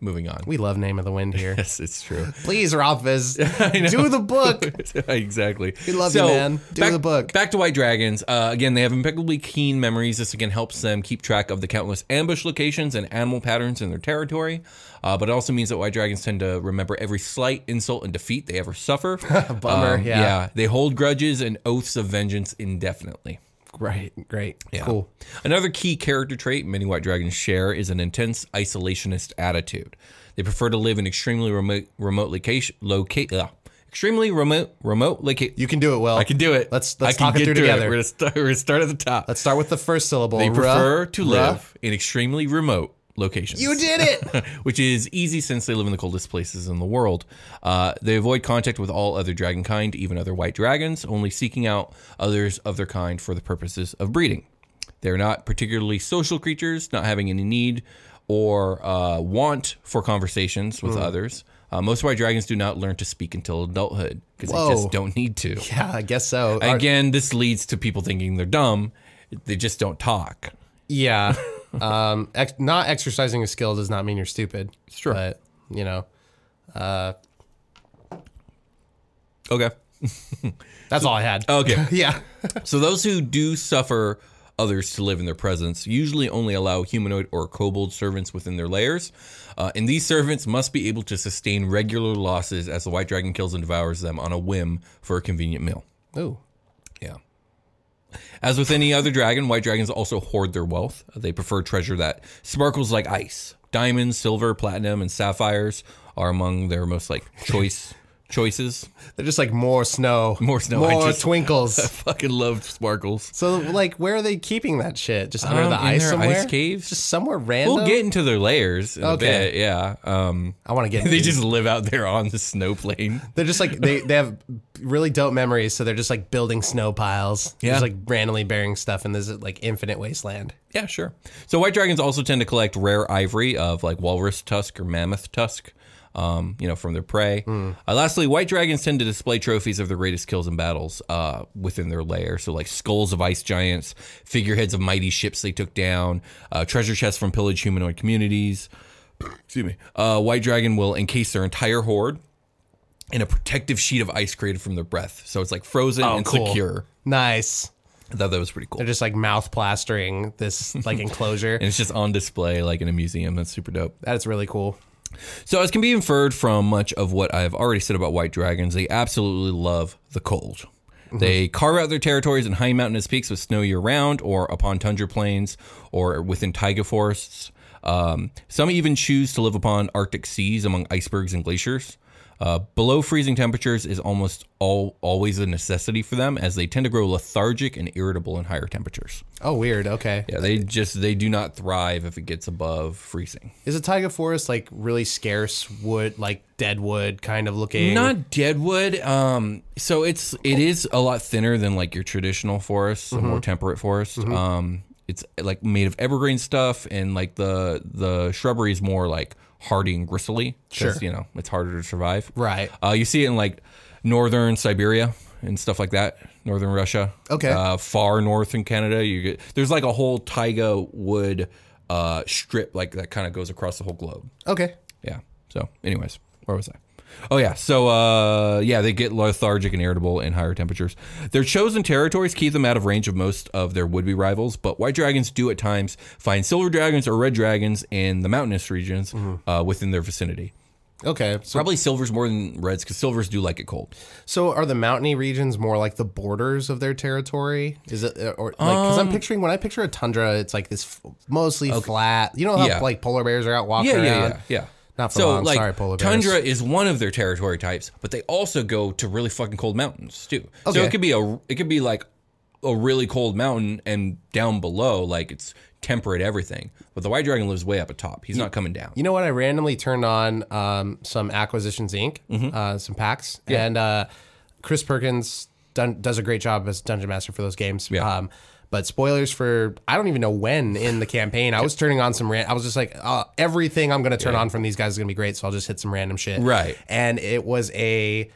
Speaker 3: moving on.
Speaker 2: We love Name of the Wind here.
Speaker 3: [LAUGHS] Yes, it's true. [LAUGHS]
Speaker 2: Please, Rothfuss, do the book.
Speaker 3: exactly. We
Speaker 2: love you, man. Do
Speaker 3: back,
Speaker 2: the book.
Speaker 3: Back to White Dragons. Uh, again, they have impeccably keen memories. This again helps them keep track of the countless ambush locations and animal patterns in their territory. Uh, but it also means that White Dragons tend to remember every slight insult and defeat they ever suffer.
Speaker 2: [LAUGHS]
Speaker 3: Um,
Speaker 2: Bummer, yeah.
Speaker 3: They hold grudges and oaths of vengeance indefinitely.
Speaker 2: Of Right. Great. Cool.
Speaker 3: Another key character trait many white dragons share is an intense isolationist attitude. They prefer to live in extremely remote, remote location, locate, uh, extremely remote, remote location.
Speaker 2: You can do it, Will.
Speaker 3: I can do it.
Speaker 2: Let's let's
Speaker 3: I can
Speaker 2: talk it
Speaker 3: get
Speaker 2: through
Speaker 3: to
Speaker 2: together.
Speaker 3: We're gonna, start, we're gonna start at the top.
Speaker 2: Let's start with the first syllable.
Speaker 3: they
Speaker 2: Ruh,
Speaker 3: prefer to
Speaker 2: ruh.
Speaker 3: live in extremely remote locations.
Speaker 2: You did it.
Speaker 3: [LAUGHS] which is easy since they live in the coldest places in the world. Uh, they avoid contact with all other dragon kind, even other white dragons, only seeking out others of their kind for the purposes of breeding. They're not particularly social creatures, not having any need or uh, want for conversations
Speaker 2: Hmm.
Speaker 3: with others. Uh, most white dragons do not learn to speak until adulthood because they
Speaker 2: Whoa.
Speaker 3: just don't need to.
Speaker 2: [LAUGHS] yeah, I guess so. Or-
Speaker 3: Again, this leads to people thinking they're dumb. They just don't talk.
Speaker 2: yeah. [LAUGHS] um, ex- not exercising a skill does not mean you're stupid.
Speaker 3: Sure.
Speaker 2: But you know,
Speaker 3: Okay.
Speaker 2: that's all I had.
Speaker 3: Okay.
Speaker 2: [LAUGHS] yeah.
Speaker 3: So those who do suffer others to live in their presence usually only allow humanoid or kobold servants within their lairs, uh, and these servants must be able to sustain regular losses as the white dragon kills and devours them on a whim for a convenient meal.
Speaker 2: Ooh.
Speaker 3: Yeah. As with any other dragon, white dragons also hoard their wealth. They prefer treasure that sparkles like ice. Diamonds, silver, platinum, and sapphires are among their most [LAUGHS] like choice choices.
Speaker 2: They're just like more snow.
Speaker 3: More snow, I
Speaker 2: More
Speaker 3: just- I
Speaker 2: twinkles.
Speaker 3: [LAUGHS] fucking love sparkles.
Speaker 2: so like, where are they keeping that shit? Just under
Speaker 3: Um,
Speaker 2: the
Speaker 3: in
Speaker 2: ice
Speaker 3: their
Speaker 2: somewhere?
Speaker 3: ice caves?
Speaker 2: Just somewhere random.
Speaker 3: We'll get into their layers in
Speaker 2: Okay.
Speaker 3: a bit. Yeah. Um,
Speaker 2: I want to
Speaker 3: [LAUGHS]
Speaker 2: get.
Speaker 3: they just live out there on the snow plane.
Speaker 2: They're just like they, they have really dope memories, so they're just like building snow piles.
Speaker 3: Yeah.
Speaker 2: Just like randomly burying stuff in this like infinite wasteland.
Speaker 3: Yeah, sure. So white dragons also tend to collect rare ivory of like walrus tusk or mammoth tusk, um, you know, from their prey.
Speaker 2: Hmm.
Speaker 3: Uh, lastly, white dragons tend to display trophies of their greatest kills and battles uh, within their lair. So like skulls of ice giants, figureheads of mighty ships they took down, uh, treasure chests from pillaged humanoid communities. [CLEARS THROAT] Excuse me. Uh, white dragon will encase their entire hoard in a protective sheet of ice created from their breath. So it's like frozen and
Speaker 2: Oh, cool.
Speaker 3: secure.
Speaker 2: Nice.
Speaker 3: I thought that was pretty cool.
Speaker 2: They're just like mouth plastering this like [LAUGHS] enclosure.
Speaker 3: and it's just on display like in a museum. That's super dope.
Speaker 2: That is really cool.
Speaker 3: So, as can be inferred from much of what I have already said about white dragons, they absolutely love the cold. They carve out their territories in high mountainous peaks with snow year round, or upon tundra plains, or within taiga forests. Um, some even choose to live upon Arctic seas among icebergs and glaciers. Uh, below freezing temperatures is almost all, always a necessity for them, as they tend to grow lethargic and irritable in higher temperatures.
Speaker 2: Oh, weird. Okay.
Speaker 3: Yeah, they just they do not thrive if it gets above freezing.
Speaker 2: Is a taiga forest like really scarce wood, like dead wood kind of looking?
Speaker 3: Not deadwood. Um, so it's it is a lot thinner than like your traditional forest, a
Speaker 2: Mm-hmm.
Speaker 3: more temperate forest. Um, it's like made of evergreen stuff, and like the the shrubbery is more like hardy and gristly. 'cause,
Speaker 2: Sure.
Speaker 3: you know it's harder to survive.
Speaker 2: Right.
Speaker 3: Uh, you see it in like northern Siberia and stuff like that, northern Russia.
Speaker 2: Okay.
Speaker 3: Uh, far north in Canada, you get there's like a whole taiga wood uh strip like that kind of goes across the whole globe.
Speaker 2: Okay.
Speaker 3: Yeah. So, anyways, where was I? Oh yeah. So, uh, yeah, they get lethargic and irritable in higher temperatures. Their chosen territories keep them out of range of most of their would-be rivals, but white dragons do at times find silver dragons or red dragons in the mountainous regions uh, within their vicinity.
Speaker 2: Okay. So,
Speaker 3: Probably silvers more than reds because silvers do like it cold.
Speaker 2: so are the mountainy regions more like the borders of their territory? Is it uh, or like because
Speaker 3: Um,
Speaker 2: I'm picturing when I picture a tundra, it's like this f- mostly flat. You know how
Speaker 3: Yeah.
Speaker 2: like polar bears are out walking
Speaker 3: Yeah, yeah,
Speaker 2: around.
Speaker 3: yeah, yeah.
Speaker 2: Not for
Speaker 3: so
Speaker 2: long.
Speaker 3: like
Speaker 2: Sorry, polar bears.
Speaker 3: tundra is one of their territory types, but they also go to really fucking cold mountains too. So
Speaker 2: Okay.
Speaker 3: it could be a it could be like a really cold mountain and down below like it's temperate everything. But the white dragon lives way up atop. He's not coming down.
Speaker 2: You know what? I randomly turned on um, some Acquisitions Inc.,
Speaker 3: Mm-hmm.
Speaker 2: uh, some packs, and uh, Chris Perkins done, does a great job as dungeon master for those games.
Speaker 3: Yeah.
Speaker 2: Um, but spoilers for I don't even know when in the campaign
Speaker 3: [LAUGHS]
Speaker 2: I was turning on some ran- I was just like uh, everything I'm gonna turn on from these guys is gonna be great, so I'll just hit some random shit.
Speaker 3: Right.
Speaker 2: And it was a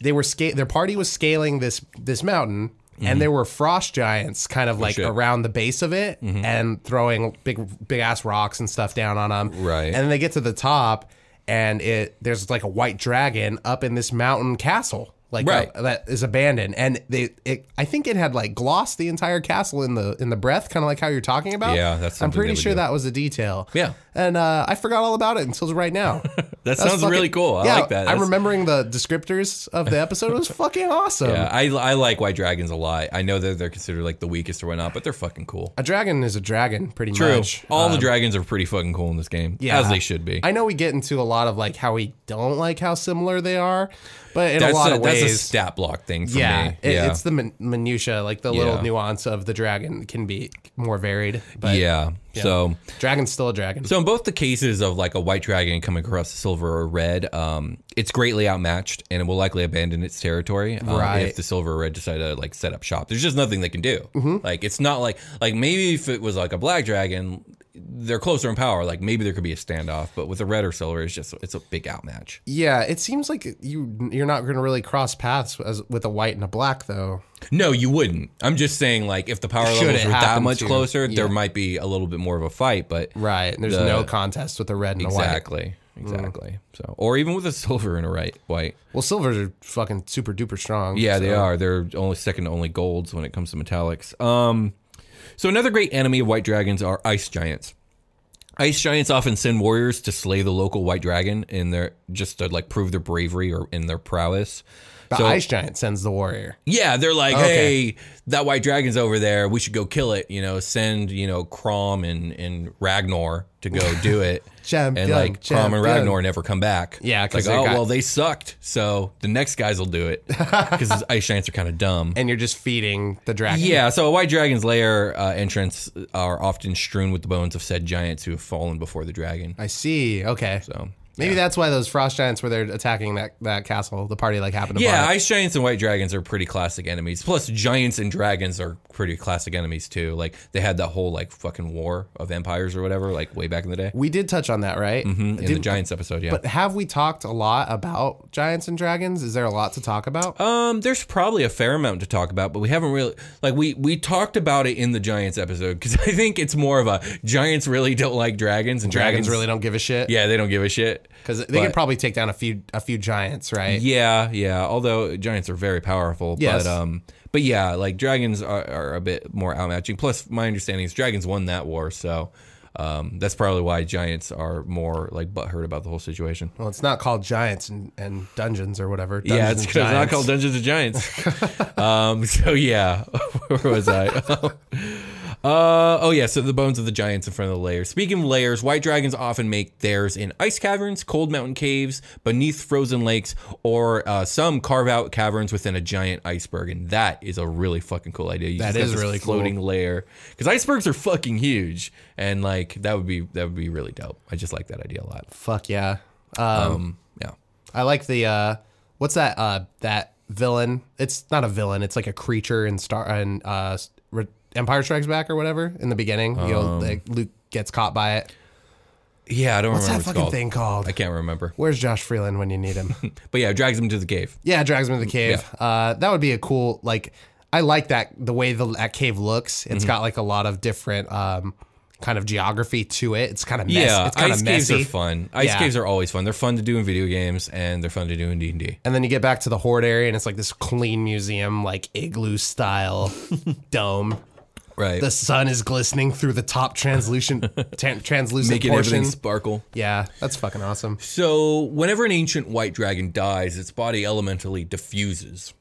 Speaker 2: they were sca- their party was scaling this this mountain and there were frost giants kind of like
Speaker 3: Mm-hmm. shit. Mm-hmm.
Speaker 2: around the base of it and throwing big big ass rocks and stuff down on them
Speaker 3: Right.
Speaker 2: and then they get to the top and it there's like a white dragon up in this mountain castle like
Speaker 3: Right.
Speaker 2: uh, that is abandoned and they it, i think it had like glossed the entire castle in the in the breath kind of like how you're talking about
Speaker 3: Yeah, that's
Speaker 2: i'm
Speaker 3: something
Speaker 2: pretty
Speaker 3: they would
Speaker 2: sure
Speaker 3: do.
Speaker 2: that was a detail
Speaker 3: Yeah. [LAUGHS]
Speaker 2: and uh, i forgot all about it until right now
Speaker 3: That
Speaker 2: That's
Speaker 3: sounds
Speaker 2: fucking-
Speaker 3: really cool. I
Speaker 2: yeah,
Speaker 3: like that.
Speaker 2: I'm
Speaker 3: That's-
Speaker 2: remembering the descriptors of the episode. It
Speaker 3: [LAUGHS]
Speaker 2: was fucking awesome.
Speaker 3: Yeah, I, I like White Dragons a lot. I know that they're considered like the weakest or whatnot, but they're fucking cool.
Speaker 2: A dragon is a dragon, pretty
Speaker 3: True.
Speaker 2: much. um,
Speaker 3: All the dragons are pretty fucking cool in this game.
Speaker 2: Yeah.
Speaker 3: As they should be.
Speaker 2: I know we get into a lot of like how we don't like how similar they are, but in
Speaker 3: that's
Speaker 2: a lot of
Speaker 3: that's
Speaker 2: ways,
Speaker 3: a stat block thing for
Speaker 2: yeah,
Speaker 3: me.
Speaker 2: it- it's the min- minutia, like the
Speaker 3: Yeah.
Speaker 2: little nuance of the dragon can be more varied. But
Speaker 3: yeah. So
Speaker 2: dragon's still a dragon.
Speaker 3: so in both the cases of like a white dragon coming across a silver or red, um, it's greatly outmatched and it will likely abandon its territory um,
Speaker 2: Right.
Speaker 3: if the silver or red decide to like set up shop. There's just nothing they can do.
Speaker 2: Mm-hmm.
Speaker 3: Like it's not like like maybe if it was like a black dragon, they're closer in power. Like maybe there could be a standoff, but with a red or silver, it's just it's a big outmatch.
Speaker 2: yeah, it seems like you you're not going to really cross paths as, with a white and a black though.
Speaker 3: No, you wouldn't. I'm just saying, like, if the power
Speaker 2: Should
Speaker 3: levels
Speaker 2: it
Speaker 3: were that
Speaker 2: happen
Speaker 3: much
Speaker 2: to-
Speaker 3: closer, there might be a little bit more of a fight, but
Speaker 2: Right, and there's
Speaker 3: The-
Speaker 2: no contest with a red and a white.
Speaker 3: exactly, exactly. So, or even with a silver and a right white.
Speaker 2: Well, silvers are fucking super duper strong.
Speaker 3: Yeah,
Speaker 2: so-
Speaker 3: they are. They're only second to only golds when it comes to metallics. Um, so another great enemy of white dragons are ice giants. Ice giants often send warriors to slay the local white dragon in their just to like prove their bravery or in their prowess.
Speaker 2: The ice giant sends the warrior.
Speaker 3: Yeah, they're like,
Speaker 2: Okay.
Speaker 3: hey, that white dragon's over there. We should go kill it. You know, send you know Crom and and Ragnar to go
Speaker 2: [LAUGHS]
Speaker 3: do it. and
Speaker 2: Champion,
Speaker 3: like Crom and
Speaker 2: champion.
Speaker 3: Ragnar never come back.
Speaker 2: Yeah,
Speaker 3: It's
Speaker 2: 'cause
Speaker 3: like
Speaker 2: they
Speaker 3: oh
Speaker 2: got-
Speaker 3: well, they sucked. So the next guys will do
Speaker 2: [LAUGHS]
Speaker 3: it because ice giants are kind of dumb.
Speaker 2: and you're just feeding the dragon.
Speaker 3: Yeah, so a White Dragon's Lair uh, entrance are often strewn with the bones of said giants who have fallen before the dragon.
Speaker 2: I see. Okay.
Speaker 3: So
Speaker 2: Maybe that's why those frost giants were there attacking that, that castle. The party like happened to
Speaker 3: Yeah,
Speaker 2: Barret.
Speaker 3: ice giants and white dragons are pretty classic enemies. Plus, giants and dragons are pretty classic enemies too. Like they had that whole like fucking war of empires or whatever, like way back in the day
Speaker 2: we did touch on that, right?
Speaker 3: in the
Speaker 2: Did-
Speaker 3: giants episode. Yeah,
Speaker 2: But have we talked a lot about giants and dragons? Is there a lot to talk about?
Speaker 3: um, there's probably a fair amount to talk about, but we haven't really like we we talked about it in the giants episode because [LAUGHS] I think it's more of a giants really don't like dragons and
Speaker 2: dragons,
Speaker 3: dragons,
Speaker 2: really don't give a shit.
Speaker 3: yeah they don't give a shit
Speaker 2: because they
Speaker 3: but-
Speaker 2: could probably take down a few a few giants, right?
Speaker 3: Yeah, yeah. Although giants are very powerful,
Speaker 2: Yes.
Speaker 3: but um, but yeah, like dragons are, are a bit more outmatching. Plus, my understanding is dragons won that war, so um, that's probably why giants are more like butthurt about the whole situation.
Speaker 2: Well, it's not called giants and, and dungeons or whatever. Dungeons
Speaker 3: yeah, it's
Speaker 2: and
Speaker 3: 'cause it's not
Speaker 2: Giants.
Speaker 3: called Dungeons and Giants.
Speaker 2: [LAUGHS]
Speaker 3: um, [LAUGHS] so yeah, where was I? [LAUGHS] uh, oh yeah, so the bones of the giants in front of the layers. Speaking of layers, white dragons often make theirs in ice caverns, cold mountain caves, beneath frozen lakes, or uh, some carve out caverns within a giant iceberg, and that is a really fucking cool idea. You
Speaker 2: That
Speaker 3: just have
Speaker 2: is
Speaker 3: this
Speaker 2: really cool.
Speaker 3: floating layer because icebergs are fucking huge, and like that would be that would be really dope. I just like that idea a lot.
Speaker 2: Fuck yeah. Um,
Speaker 3: Um, yeah.
Speaker 2: I like the uh, what's that uh, that villain? It's not a villain. It's like a creature in Star and uh, s- Re- Empire Strikes Back or whatever in the beginning. you
Speaker 3: Um.
Speaker 2: know, like Luke gets caught by it.
Speaker 3: Yeah, I don't remember
Speaker 2: What's that
Speaker 3: what it's
Speaker 2: fucking
Speaker 3: called.
Speaker 2: thing called?
Speaker 3: I can't remember.
Speaker 2: Where's Josh Freeland when you
Speaker 3: [LAUGHS]
Speaker 2: need him?
Speaker 3: But yeah, it drags him to the cave.
Speaker 2: yeah, drags him to the cave. Uh, that would be a cool like. I like that the way the, that cave looks. It's
Speaker 3: Mm-hmm.
Speaker 2: got like a lot of different um, kind of geography to it. It's kind of mess,
Speaker 3: yeah,
Speaker 2: it's kind
Speaker 3: ice
Speaker 2: of messy.
Speaker 3: caves are fun. Ice
Speaker 2: Yeah.
Speaker 3: caves are always fun. They're fun to do in video games, and they're fun to do in D and D.
Speaker 2: And then you get back to the horde area, and it's like this clean museum, like
Speaker 3: [LAUGHS]
Speaker 2: igloo style dome.
Speaker 3: Right,
Speaker 2: The sun is glistening through the
Speaker 3: [LAUGHS]
Speaker 2: top translucent tan- translucent
Speaker 3: making
Speaker 2: portion.
Speaker 3: everything sparkle.
Speaker 2: yeah, that's fucking awesome.
Speaker 3: So, whenever an ancient white dragon dies, its body elementally diffuses.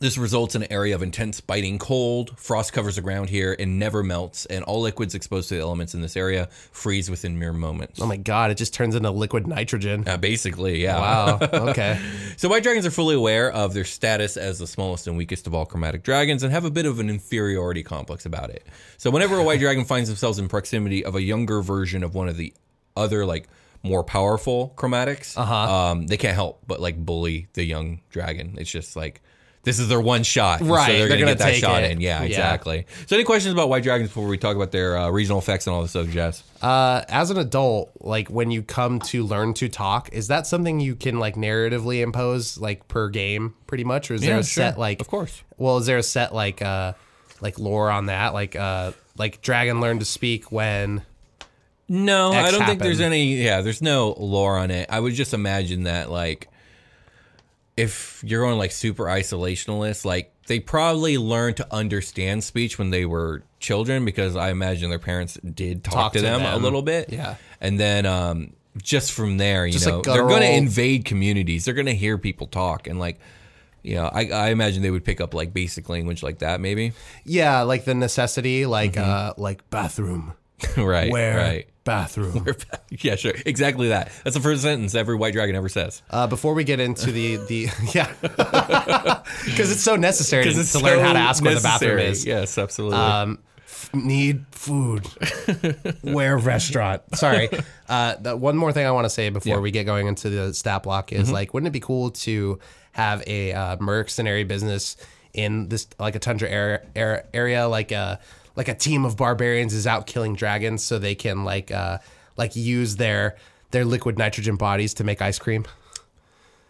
Speaker 3: This results in an area of intense biting cold. Frost covers the ground here and never melts, and all liquids exposed to the elements in this area freeze within mere moments.
Speaker 2: Oh my god, it just turns into liquid nitrogen.
Speaker 3: Uh, basically, yeah. [LAUGHS]
Speaker 2: Wow. Okay.
Speaker 3: So white dragons are fully aware of their status as the smallest and weakest of all chromatic dragons and have a bit of an inferiority complex about it. So whenever a white dragon finds themselves in proximity of a younger version of one of the other like more powerful chromatics, uh-huh. um, they can't help but like bully the young dragon. It's just like this is their one shot, and
Speaker 2: Right,
Speaker 3: So they're,
Speaker 2: they're
Speaker 3: gonna,
Speaker 2: gonna
Speaker 3: get that
Speaker 2: take
Speaker 3: shot
Speaker 2: it.
Speaker 3: in. Yeah,
Speaker 2: Yeah.
Speaker 3: exactly. So any questions about white dragons before we talk about their uh, regional effects and all this other jazz?
Speaker 2: Uh, as an adult, like when you come to learn to talk, is that something you can like narratively impose like per game, pretty much, or is there
Speaker 3: Yeah,
Speaker 2: a
Speaker 3: sure.
Speaker 2: set like?
Speaker 3: Of course.
Speaker 2: Well, is there a set like uh like lore on that? Like uh like dragon learned to speak when
Speaker 3: No, I
Speaker 2: X
Speaker 3: don't think there's
Speaker 2: happened.
Speaker 3: any. Yeah, there's no lore on it. I would just imagine that like if you're going like super isolationist, like they probably learned to understand speech when they were children because I imagine their parents did talk, to, them, a little bit.
Speaker 2: Yeah.
Speaker 3: and then um, just from there, you
Speaker 2: Just, like,
Speaker 3: know, they're going to
Speaker 2: guttural-
Speaker 3: invade communities. They're going to hear people talk and like, you know, I, I imagine they would pick up like basic language like that, maybe. [LAUGHS]
Speaker 2: Yeah, like the necessity, like uh, like bathroom.
Speaker 3: Mm-hmm. right.
Speaker 2: Where
Speaker 3: Right.
Speaker 2: bathroom?
Speaker 3: [LAUGHS] yeah, sure. Exactly that. That's the first sentence every white dragon ever says.
Speaker 2: Uh, before we get into the the [LAUGHS]
Speaker 3: [LAUGHS]
Speaker 2: yeah, because it's so necessary to,
Speaker 3: 'Cause it's
Speaker 2: to learn how to
Speaker 3: so
Speaker 2: ask where the bathroom
Speaker 3: necessary.
Speaker 2: is.
Speaker 3: Yes, absolutely.
Speaker 2: Um, f- need
Speaker 3: [LAUGHS]
Speaker 2: food. Where restaurant? Sorry. Uh, the one more thing I want to say before we get going into the stat block
Speaker 3: Mm-hmm.
Speaker 2: is like, wouldn't it be cool to have a uh, mercenary business in this like a tundra area, area, area like a like a team of barbarians is out killing dragons so they can like uh, like use their their liquid nitrogen bodies to make ice cream.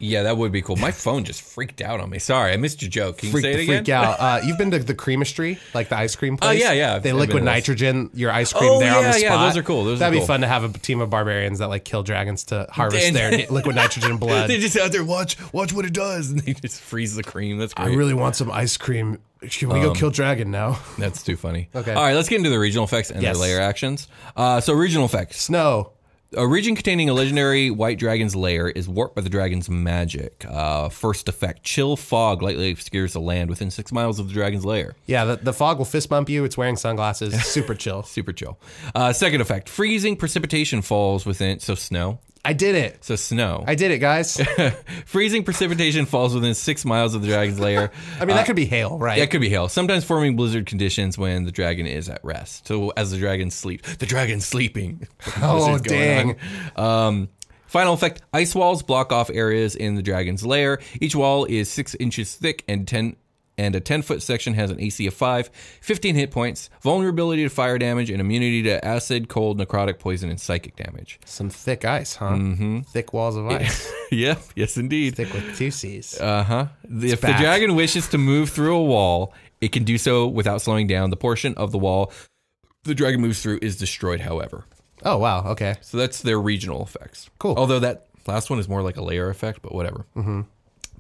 Speaker 3: yeah, that would be cool. My phone just freaked out on me. Sorry, I missed your joke. Can you
Speaker 2: freak,
Speaker 3: say it
Speaker 2: the
Speaker 3: again? Oh,
Speaker 2: freak out. Uh, you've been to the creamistry, like the ice cream place.
Speaker 3: yeah, yeah, I've-
Speaker 2: They
Speaker 3: I've been
Speaker 2: liquid
Speaker 3: to those.
Speaker 2: nitrogen your ice cream
Speaker 3: Oh,
Speaker 2: there on the
Speaker 3: yeah,
Speaker 2: spot.
Speaker 3: yeah, those are cool, those are
Speaker 2: That'd be
Speaker 3: cool.
Speaker 2: fun to have a team of barbarians that like kill dragons to harvest
Speaker 3: And- [LAUGHS]
Speaker 2: their liquid nitrogen blood.
Speaker 3: They just out there watch watch what it does, [LAUGHS] and they just freeze the cream. That's
Speaker 2: I
Speaker 3: great.
Speaker 2: really want some ice cream. Can
Speaker 3: Um.
Speaker 2: we go kill dragon now? [LAUGHS]
Speaker 3: That's too funny.
Speaker 2: Okay.
Speaker 3: All right, let's get into the regional effects and
Speaker 2: Yes.
Speaker 3: their layer actions. Uh, so regional effects.
Speaker 2: Snow.
Speaker 3: A region containing a legendary white dragon's lair is warped by the dragon's magic. Uh, first effect: chill fog lightly obscures the land within six miles of the dragon's lair.
Speaker 2: Yeah, the, the fog will fist bump you. It's wearing sunglasses.
Speaker 3: [LAUGHS]
Speaker 2: Super chill.
Speaker 3: Super chill. Uh, second effect: freezing precipitation falls within. So snow.
Speaker 2: I did it.
Speaker 3: So snow.
Speaker 2: I did it, guys. I
Speaker 3: freezing precipitation falls within six miles of the dragon's lair.
Speaker 2: mean, that could be hail, right?
Speaker 3: Yeah, it could be hail. Sometimes forming blizzard conditions when the dragon is at rest. So as the dragon sleeps, the dragon's sleeping. [LAUGHS]
Speaker 2: Oh,
Speaker 3: Blizzard's going
Speaker 2: dang.
Speaker 3: on. Um, final effect: ice walls block off areas in the dragon's lair. Each wall is six inches thick and ten. And a 10 foot section has an AC of 5, 15 hit points, vulnerability to fire damage, and immunity to acid, cold, necrotic, poison, and psychic damage. [LAUGHS]
Speaker 2: Some thick ice, huh?
Speaker 3: Mm-hmm.
Speaker 2: Thick walls of ice.
Speaker 3: yep, yes, indeed.
Speaker 2: thick with two C's.
Speaker 3: Uh huh. If
Speaker 2: back.
Speaker 3: the dragon wishes to move through a wall, it can do so without slowing down. The portion of the wall the dragon moves through is destroyed, however.
Speaker 2: oh, wow. Okay.
Speaker 3: So that's their regional effects.
Speaker 2: Cool.
Speaker 3: Although that last one is more like a layer effect, but whatever. Mm-hmm.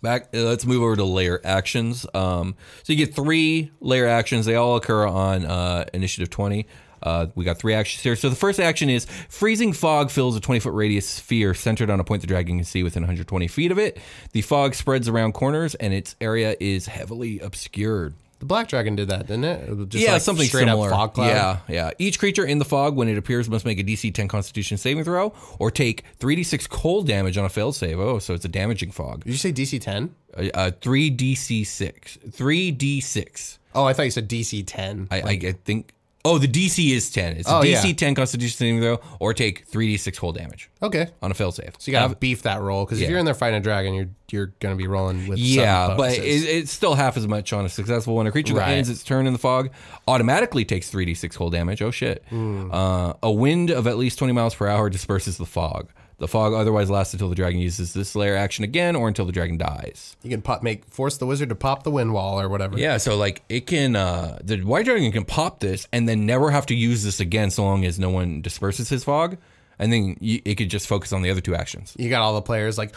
Speaker 3: Back. uh, Let's move over to layer actions. Um, so you get three layer actions. They all occur on uh, initiative twenty. Uh, we got three actions here. So the first action is freezing fog fills a 20 foot radius sphere centered on a point the dragon can see within 120 feet of it. The fog spreads around corners and its area is heavily obscured
Speaker 2: The black dragon did that, didn't it? Just
Speaker 3: yeah,
Speaker 2: like
Speaker 3: something
Speaker 2: straight
Speaker 3: similar.
Speaker 2: Up fog cloud.
Speaker 3: Yeah, yeah. Each creature in the fog, when it appears, must make a DC 10 Constitution saving throw or take 3d6 cold damage on a failed save. Oh, so it's a damaging fog.
Speaker 2: Did you say DC 10?
Speaker 3: Uh, uh, 3dc6. 3d6.
Speaker 2: Oh, I thought you said DC 10.
Speaker 3: I, I, I think. Oh, the DC is 10. It's
Speaker 2: Oh,
Speaker 3: a DC
Speaker 2: yeah.
Speaker 3: 10 Constitution saving throw or take 3d6 cold damage
Speaker 2: okay.
Speaker 3: on a failed save.
Speaker 2: So you got to beef that roll because if you're in there fighting a dragon, you're you're going to be rolling with
Speaker 3: Yeah,
Speaker 2: some
Speaker 3: but it,
Speaker 2: bonuses.
Speaker 3: it's still half as much on a successful one. A creature that
Speaker 2: Right.
Speaker 3: ends its turn in the fog automatically takes 3d6 cold damage. Oh, shit. Uh, a wind of at least 20 miles per hour disperses the fog. The fog otherwise lasts until the dragon uses this layer action again or until the dragon dies.
Speaker 2: you can pop, make force the wizard to pop the wind wall or whatever.
Speaker 3: Yeah, so like it can, uh, the white dragon can pop this and then never have to use this again so long as no one disperses his fog. And then you, it could just focus on the other two actions.
Speaker 2: You got all the players like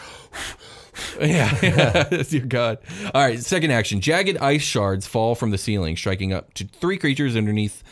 Speaker 3: [LAUGHS] Yeah, [LAUGHS] that's your god. All right, second action. Jagged ice shards fall from the ceiling, striking up to three creatures underneath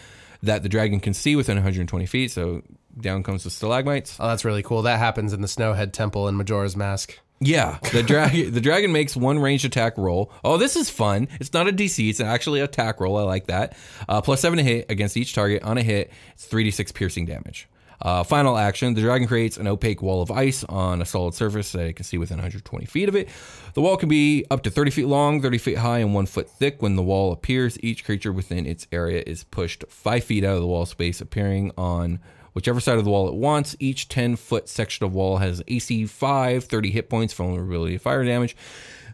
Speaker 3: that the dragon can see within 120 feet. So down comes the stalagmites.
Speaker 2: oh that's really cool. That happens in the Snowhead Temple in Majora's Mask.
Speaker 3: Yeah, the dragon [LAUGHS] the dragon makes one ranged attack roll. Oh, this is fun. It's not a DC. It's actually an attack roll. I like that. Uh, plus seven to hit against each target. On a hit, it's three d six piercing damage. Uh, final action: the dragon creates an opaque wall of ice on a solid surface that it can see within 120 feet of it. The wall can be up to 30 feet long, 30 feet high, and one foot thick. When the wall appears, each creature within its area is pushed five feet out of the wall space, appearing on whichever side of the wall it wants. Each 10 foot section of wall has AC 5, 30 hit points, vulnerability to fire damage,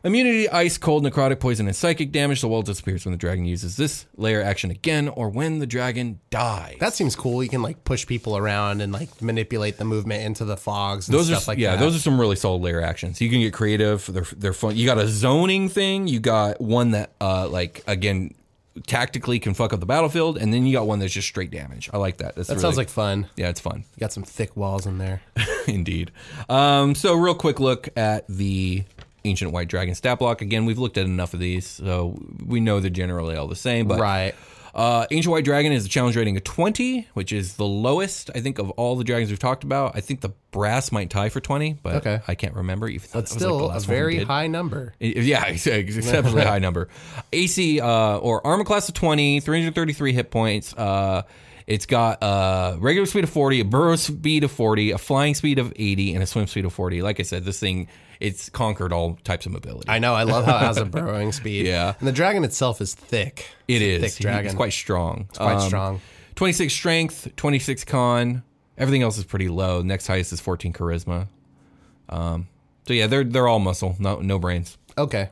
Speaker 3: immunity, ice, cold, necrotic, poison, and psychic damage. The wall disappears when the dragon uses this layer action again or when the dragon dies.
Speaker 2: That seems cool. You can like push people around and like manipulate the movement into the fogs and
Speaker 3: those are
Speaker 2: stuff like
Speaker 3: yeah,
Speaker 2: that.
Speaker 3: those are some really solid layer actions. You can get creative. They're they're fun. You got a zoning thing. You got one that uh like again tactically can fuck up the battlefield, and then you got one that's just straight damage. I like that. That's
Speaker 2: that
Speaker 3: really,
Speaker 2: sounds like fun.
Speaker 3: yeah, it's fun.
Speaker 2: You got some thick walls in there.
Speaker 3: [LAUGHS] Indeed. Um, so, real quick look at the ancient white dragon stat block. Again, we've looked at enough of these, so we know they're generally all the same. But
Speaker 2: right.
Speaker 3: Uh, Ancient White Dragon is a challenge rating of 20, which is the lowest, I think, of all the dragons we've talked about. I think the brass might tie for 20, but
Speaker 2: Okay.
Speaker 3: I can't remember. Even though
Speaker 2: That's
Speaker 3: that was, like,
Speaker 2: still
Speaker 3: the last
Speaker 2: a
Speaker 3: one we
Speaker 2: very
Speaker 3: did.
Speaker 2: high number.
Speaker 3: Yeah, [LAUGHS] it's a- it's an
Speaker 2: [LAUGHS]
Speaker 3: exceptionally high number. AC uh, or armor class of 20, 333 hit points. Uh, it's got a regular speed of 40, a burrow speed of 40, a flying speed of 80, and a swim speed of 40. Like I said, this thing, it's conquered all types of mobility.
Speaker 2: I know. I love how it has a
Speaker 3: [LAUGHS]
Speaker 2: burrowing speed.
Speaker 3: Yeah.
Speaker 2: And the dragon itself is thick.
Speaker 3: It
Speaker 2: It's
Speaker 3: is.
Speaker 2: a thick dragon. Um,
Speaker 3: It's quite strong. It's
Speaker 2: quite strong.
Speaker 3: 26 strength, 26 con. Everything else is pretty low. Next highest is 14 charisma. Um, so yeah, they're they're all muscle, no no brains.
Speaker 2: Okay.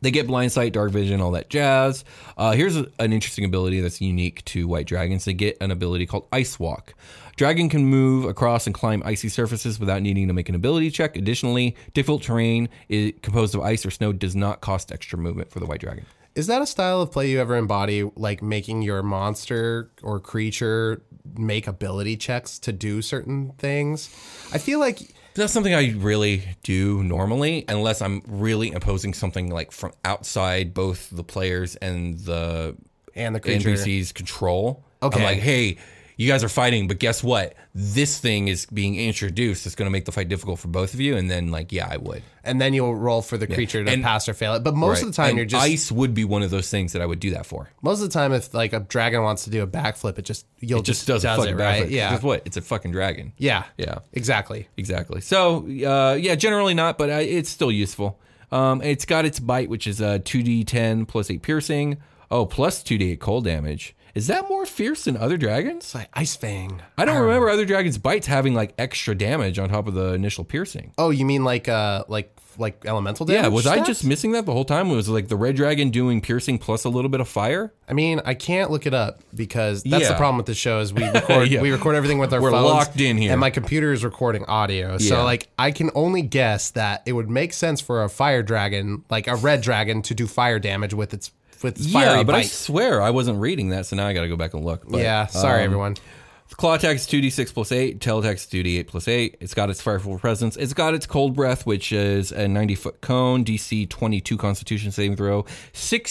Speaker 3: They get blind sight, dark vision, all that jazz. Uh, here's a- an interesting ability that's unique to white dragons. They get an ability called Ice Walk. Dragon can move across and climb icy surfaces without needing to make an ability check. Additionally, difficult terrain is composed of ice or snow does not cost extra movement for the white dragon.
Speaker 2: Is that a style of play you ever embody, like making your monster or creature make ability checks to do certain things? I feel like
Speaker 3: That's something I really do normally, unless I'm really imposing something like from outside both the players and the
Speaker 2: and the creature.
Speaker 3: NPC's control.
Speaker 2: Okay.
Speaker 3: I'm like, hey, you guys are fighting, but guess what? This thing is being introduced. It's going to make the fight difficult for both of you. And then, like, yeah, I would.
Speaker 2: And then you'll roll for the creature to
Speaker 3: And-
Speaker 2: pass or fail it. But most
Speaker 3: Right.
Speaker 2: of the time,
Speaker 3: And
Speaker 2: you're just
Speaker 3: ice would be one of those things that I would do that for.
Speaker 2: most of the time if like a dragon wants to do a backflip, it just you'll
Speaker 3: It just does, a fucking
Speaker 2: it
Speaker 3: backflip.
Speaker 2: right. Yeah.
Speaker 3: Guess what? It's a fucking dragon.
Speaker 2: Yeah.
Speaker 3: Yeah.
Speaker 2: Exactly.
Speaker 3: Exactly. So, uh, yeah, generally not, but uh, it's still useful. Um, it's got its bite, which is uh, 2d10 plus 8 piercing. Oh, plus 2d8 cold damage. Is that more fierce than other dragons?
Speaker 2: It's like ice fang.
Speaker 3: I don't remember other dragons' bites having like extra damage on top of the initial piercing.
Speaker 2: Oh, you mean like uh like like elemental damage?
Speaker 3: Yeah, was I
Speaker 2: stats?
Speaker 3: just missing that the whole time? Was like the red dragon doing piercing plus a little bit of fire?
Speaker 2: I mean, I can't look it up because that's the
Speaker 3: Yeah.
Speaker 2: problem with the show is we
Speaker 3: [LAUGHS]
Speaker 2: record
Speaker 3: Yeah.
Speaker 2: we record everything with our
Speaker 3: We're
Speaker 2: phones.
Speaker 3: locked in here.
Speaker 2: and my computer is recording audio.
Speaker 3: Yeah.
Speaker 2: So like, I can only guess that it would make sense for a fire dragon, like a red dragon, to do fire damage with its with its fiery
Speaker 3: yeah, but I
Speaker 2: bite.
Speaker 3: swear I wasn't reading that, so now I got to go back and look. But,
Speaker 2: yeah, sorry
Speaker 3: um,
Speaker 2: everyone.
Speaker 3: Claw attack is 2d6 plus 8. Tail attack is 2d8 plus 8. It's got its Fireful Presence. It's got its Cold Breath, which is a 90 foot cone, DC 22 Constitution saving throw,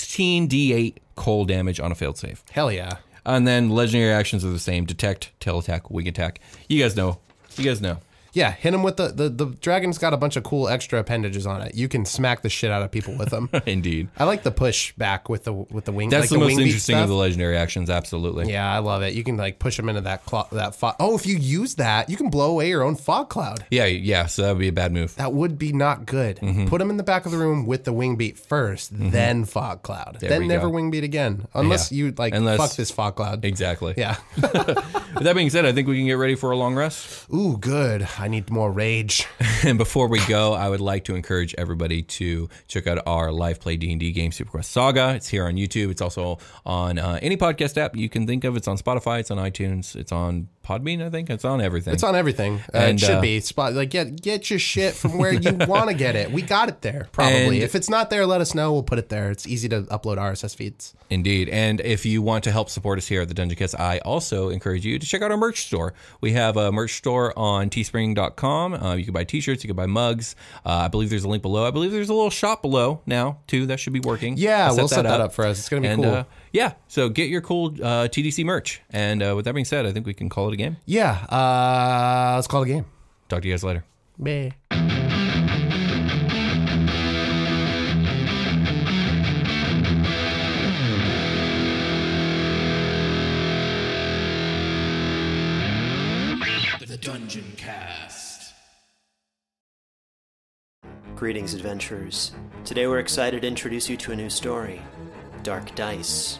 Speaker 3: 16d8 cold damage on a failed save.
Speaker 2: Hell yeah.
Speaker 3: And then legendary actions are the same detect, tail attack, wing attack. You guys know. You guys know.
Speaker 2: Yeah, hit him with the, the the dragon's got a bunch of cool extra appendages on it. You can smack the shit out of people with them.
Speaker 3: [LAUGHS] Indeed.
Speaker 2: I like the push back with the with the wing.
Speaker 3: That's the,
Speaker 2: like wing
Speaker 3: most
Speaker 2: beat
Speaker 3: interesting
Speaker 2: stuff.
Speaker 3: of the legendary actions, absolutely.
Speaker 2: Yeah, I love it. You can like push them into that clo- that fog. Oh, if you use that, you can blow away your own fog cloud.
Speaker 3: Yeah, yeah, so that would be a bad
Speaker 2: [LAUGHS]
Speaker 3: move.
Speaker 2: That would be not good.
Speaker 3: Mm-hmm.
Speaker 2: Put them in the back of the room with the wing beat 1st then fog cloud,
Speaker 3: we
Speaker 2: then never
Speaker 3: go.
Speaker 2: wing beat again, unless
Speaker 3: Yeah.
Speaker 2: you like
Speaker 3: Unless-
Speaker 2: fuck this fog cloud.
Speaker 3: Exactly. [LAUGHS]
Speaker 2: yeah.
Speaker 3: With that being said, I think we can get ready for a long rest.
Speaker 2: [LAUGHS] Ooh, good. I need more rage.
Speaker 3: And before we go, I would like to encourage everybody to check out our live play D and D game, Superquest Saga. It's here on YouTube. It's also on uh, any podcast app you can think of. It's on Spotify. It's on iTunes. It's on Podbean. I think it's on everything.
Speaker 2: It's on everything. Uh,
Speaker 3: And,
Speaker 2: it should
Speaker 3: uh,
Speaker 2: be spot. Like get get your shit from
Speaker 3: [LAUGHS]
Speaker 2: where you want to get it. We got it there probably.
Speaker 3: And-
Speaker 2: if it's not there, let us know. We'll put it there. It's easy to upload RSS feeds.
Speaker 3: Indeed. And if you want to help support us here at the Dungeon Cast, I also encourage you to check out our merch store. We have a merch store on teespring.com. Uh, you can buy t shirts, you can buy mugs. Uh, I believe there's a link below. I believe there's a little shop below now, too. That should be working.
Speaker 2: Yeah,
Speaker 3: I
Speaker 2: we'll set that up for us. It's gonna be
Speaker 3: And,
Speaker 2: cool.
Speaker 3: uh, yeah. So get your cool uh, TDC merch. And uh, with that being said, I think we can call it a game.
Speaker 2: Yeah. Uh, let's call it a game.
Speaker 3: Talk to you guys later.
Speaker 2: Bye.
Speaker 4: The Dungeon Cast.
Speaker 7: Greetings, adventurers. Today we're excited to introduce you to a new story Dark Dice,